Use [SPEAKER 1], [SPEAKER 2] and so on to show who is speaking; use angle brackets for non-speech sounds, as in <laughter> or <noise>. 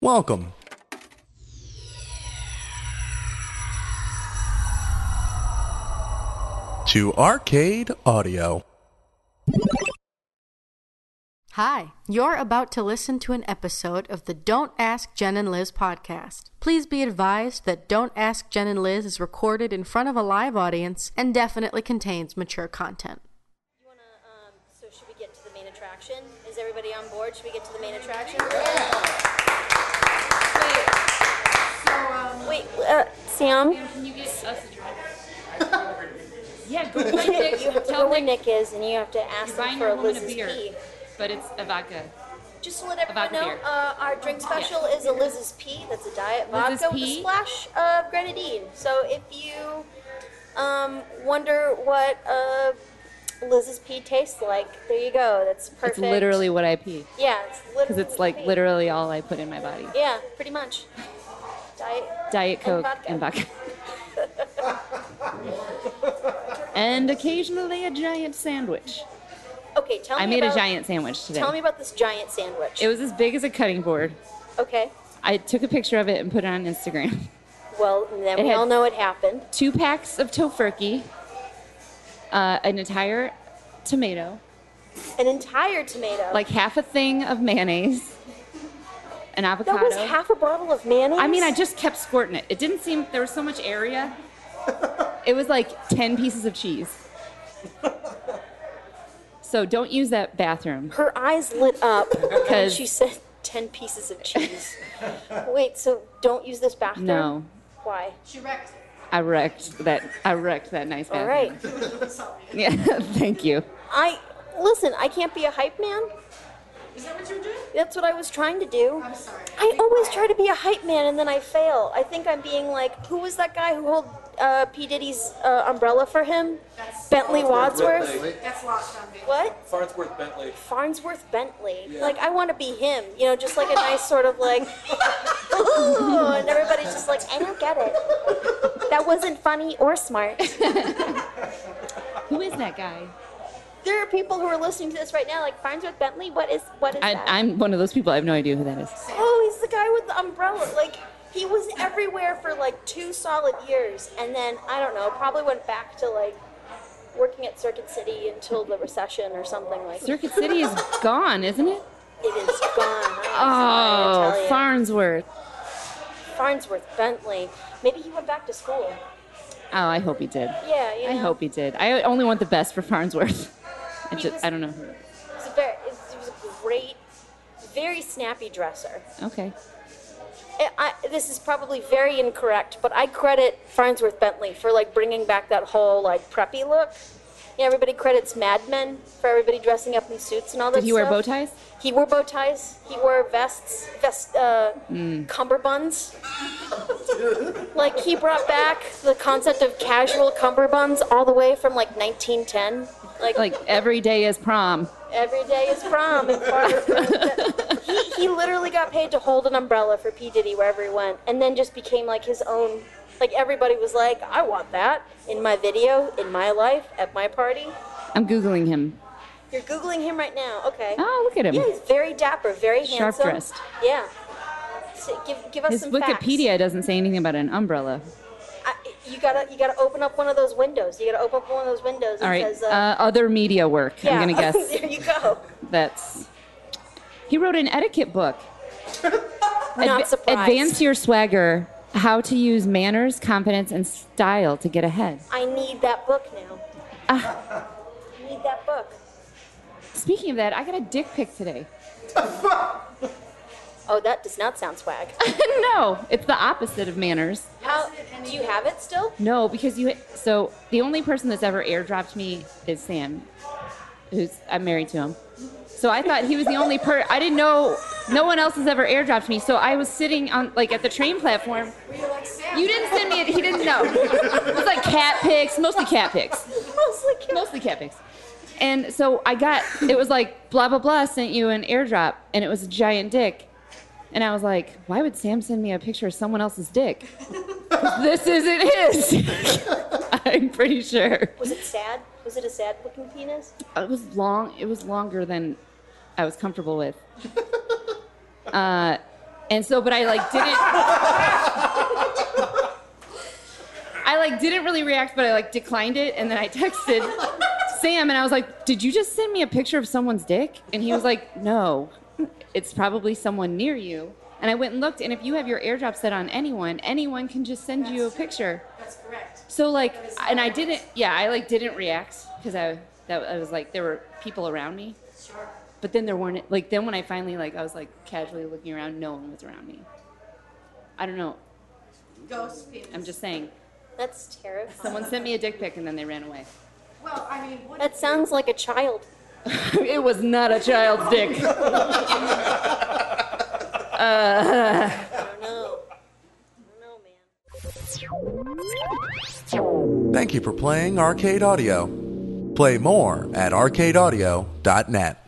[SPEAKER 1] Welcome. To Arcade Audio.
[SPEAKER 2] Hi, you're about to listen to an episode of the Don't Ask Jen and Liz podcast. Please be advised that Don't Ask Jen and Liz is recorded in front of a live audience and definitely contains mature content.
[SPEAKER 3] You wanna, um, so should we get to the main attraction? Is everybody on board? Should we get to the main attraction? Wait, uh, Sam,
[SPEAKER 4] Can you get us a drink? <laughs> yeah,
[SPEAKER 3] <laughs>
[SPEAKER 4] go buy
[SPEAKER 3] you
[SPEAKER 4] Nick's.
[SPEAKER 3] have to
[SPEAKER 4] Tell
[SPEAKER 3] go where
[SPEAKER 4] Nick
[SPEAKER 3] Nick is and you have to ask him
[SPEAKER 4] you're buying
[SPEAKER 3] for
[SPEAKER 4] your woman a
[SPEAKER 3] Liz's
[SPEAKER 4] beer,
[SPEAKER 3] pee.
[SPEAKER 4] but it's a vodka.
[SPEAKER 3] Just to let everyone
[SPEAKER 4] vodka
[SPEAKER 3] know,
[SPEAKER 4] beer.
[SPEAKER 3] uh, our drink special is a Liz's pee. That's a diet
[SPEAKER 4] Liz's
[SPEAKER 3] vodka with a
[SPEAKER 4] pee?
[SPEAKER 3] splash of grenadine. So if you, um, wonder what, uh, Liz's pee tastes like, there you go. That's perfect.
[SPEAKER 4] It's literally what I pee
[SPEAKER 3] Yeah, <laughs> it's literally.
[SPEAKER 4] because it's like
[SPEAKER 3] pee.
[SPEAKER 4] literally all I put in my body.
[SPEAKER 3] Yeah, pretty much. Diet.
[SPEAKER 4] Diet Coke and
[SPEAKER 3] vodka.
[SPEAKER 4] vodka. and occasionally a giant sandwich.
[SPEAKER 3] Okay, tell me
[SPEAKER 4] I made a
[SPEAKER 3] about,
[SPEAKER 4] giant sandwich today.
[SPEAKER 3] Tell me about this giant sandwich.
[SPEAKER 4] It was as big as a cutting board.
[SPEAKER 3] okay.
[SPEAKER 4] I took a picture of it and put it on Instagram. <laughs>
[SPEAKER 3] Well, then
[SPEAKER 4] It
[SPEAKER 3] we
[SPEAKER 4] had-
[SPEAKER 3] all know what happened.
[SPEAKER 4] Two packs of tofurkey, uh, an entire tomato,
[SPEAKER 3] An entire tomato.
[SPEAKER 4] like half a thing of mayonnaise, an avocado.
[SPEAKER 3] that was half a bottle of mayonnaise.
[SPEAKER 4] I mean, I just kept squirting it. It didn't seem there was so much area. It was like 10 pieces of cheese. So don't use that bathroom.
[SPEAKER 3] Her eyes lit
[SPEAKER 4] <laughs>
[SPEAKER 3] up when
[SPEAKER 4] 'Cause-
[SPEAKER 3] she said ten pieces of
[SPEAKER 4] <laughs>
[SPEAKER 3] cheese. Wait, so don't use this bathroom?
[SPEAKER 4] No,
[SPEAKER 3] Why?
[SPEAKER 4] I wrecked that. I wrecked that nice
[SPEAKER 3] All
[SPEAKER 4] bathroom.
[SPEAKER 3] right.
[SPEAKER 4] Yeah, <laughs> thank you.
[SPEAKER 3] I listen. I can't be a hype man. Is that what you're doing? That's what I was trying to do. I'm sorry. I always try to be a hype man and then I fail. I think I'm being like, who was that guy who held uh, P Diddy's uh, umbrella for him? Bentley Wadsworth.
[SPEAKER 5] That's lost on me.
[SPEAKER 3] What?
[SPEAKER 6] Farnsworth Bentley.
[SPEAKER 3] Farnsworth Bentley. Like I want to be him. You know, just like a nice sort of like, ooh, and everybody's just like, I don't get it. That wasn't funny or smart. <laughs>
[SPEAKER 4] Who is that guy?
[SPEAKER 3] There are people who are listening to this right now, like Farnsworth Bentley. What is what is
[SPEAKER 4] I,
[SPEAKER 3] that?
[SPEAKER 4] I'm one of those people. I have no idea who that is.
[SPEAKER 3] Oh, he's the guy with the umbrella. Like he was everywhere for like two solid years, and then I don't know. Probably went back to like working at Circuit City until the recession or something like. that.
[SPEAKER 4] Circuit City is gone, isn't it?
[SPEAKER 3] It is gone. I'm sorry to tell
[SPEAKER 4] Oh,
[SPEAKER 3] you.
[SPEAKER 4] Farnsworth.
[SPEAKER 3] Farnsworth Bentley. Maybe he went back to school.
[SPEAKER 4] Oh, I hope he did.
[SPEAKER 3] Yeah, you
[SPEAKER 4] I
[SPEAKER 3] know,
[SPEAKER 4] hope he did. I only want the best for Farnsworth. I
[SPEAKER 3] was-
[SPEAKER 4] just, I don't know. who-
[SPEAKER 3] He was a, very, he was a great, very snappy dresser.
[SPEAKER 4] Okay.
[SPEAKER 3] I, I- this is probably very incorrect, but I credit Farnsworth Bentley for like bringing back that whole like preppy look. You know, everybody credits Mad Men for everybody dressing up in suits and all that.
[SPEAKER 4] Did he wear bow
[SPEAKER 3] stuff.
[SPEAKER 4] ties?
[SPEAKER 3] He wore bow ties. He wore vests, vest, uh,
[SPEAKER 4] Hmm.
[SPEAKER 3] cummerbunds. <laughs> like he brought back the concept of casual cummerbunds all the way from like 1910. Like,
[SPEAKER 4] Like every day is prom.
[SPEAKER 3] every day is prom. And Farnsworth Bentley-
[SPEAKER 4] <laughs>
[SPEAKER 3] he, he literally got paid to hold an umbrella for P Diddy wherever he went, and then just became like his own. Like everybody was like, I want that in my video, in my life, at my party.
[SPEAKER 4] I'm googling him.
[SPEAKER 3] You're googling him right now. Okay.
[SPEAKER 4] Oh, look at him.
[SPEAKER 3] Yeah, he's very dapper, very
[SPEAKER 4] Sharp
[SPEAKER 3] handsome.
[SPEAKER 4] dressed.
[SPEAKER 3] Yeah. So give, give us
[SPEAKER 4] His
[SPEAKER 3] some
[SPEAKER 4] Wikipedia
[SPEAKER 3] Facts.
[SPEAKER 4] doesn't say anything about an umbrella.
[SPEAKER 3] I, you gotta you gotta open up one of those windows. You gotta open up one of those windows.
[SPEAKER 4] All right.
[SPEAKER 3] It says,
[SPEAKER 4] Uh, other media work.
[SPEAKER 3] yeah.
[SPEAKER 4] I'm gonna guess
[SPEAKER 3] <laughs> there you go.
[SPEAKER 4] that's. He wrote an etiquette book.
[SPEAKER 3] Not
[SPEAKER 4] Adva-
[SPEAKER 3] surprised.
[SPEAKER 4] Advance your swagger. How to use manners, confidence, and style to get ahead.
[SPEAKER 3] I need that book now. I need that book.
[SPEAKER 4] Speaking of that, I got a dick pic today. <laughs>
[SPEAKER 3] Oh, that does not sound swag.
[SPEAKER 4] no, it's the opposite of manners.
[SPEAKER 3] How do you have it still?
[SPEAKER 4] No, because you. So the only person that's ever airdropped me is Sam, who's I'm married to him. So I thought he was the only per. I didn't know no one else has ever airdropped me. So I was sitting on like at the train platform.
[SPEAKER 5] You're like Sam.
[SPEAKER 4] You didn't send me. it. He didn't know. It was like cat pics, mostly cat pics,
[SPEAKER 3] Mostly cute.
[SPEAKER 4] mostly cat pics. And so I got. It was like blah blah blah sent you an airdrop, and it was a giant dick. And I was like, why would Sam send me a picture of someone else's dick? this isn't his. <laughs> I'm pretty sure.
[SPEAKER 3] Was it sad? Was it a sad looking penis?
[SPEAKER 4] it was long it was longer than i was comfortable with <laughs> uh And so, but I like didn't. <laughs> I like didn't really react, but I like declined it, and then I <laughs> texted Sam, and I was like, "Did you just send me a picture of someone's dick?" And he was like, "No, it's probably someone near you." And I went and looked, and if you have your AirDrop set on anyone, anyone can just send you a picture.
[SPEAKER 2] That's correct.
[SPEAKER 4] So like, and I didn't. Yeah, I like didn't react because I that I was like there were people around me.
[SPEAKER 2] Sure.
[SPEAKER 4] But then there weren't like then when I finally like I was like casually looking around, no one was around me. I don't know.
[SPEAKER 2] Ghost penis.
[SPEAKER 4] I'm just saying.
[SPEAKER 3] That's terrifying.
[SPEAKER 4] Someone sent me a dick pic and then they ran away. <laughs>
[SPEAKER 2] Well, I mean, what
[SPEAKER 3] That sounds like a child.
[SPEAKER 4] it was not a
[SPEAKER 2] <laughs>
[SPEAKER 4] child's dick.
[SPEAKER 3] I don't know. I don't know, man.
[SPEAKER 1] Thank you for playing Arcade Audio. Play more at arcadeaudio.net.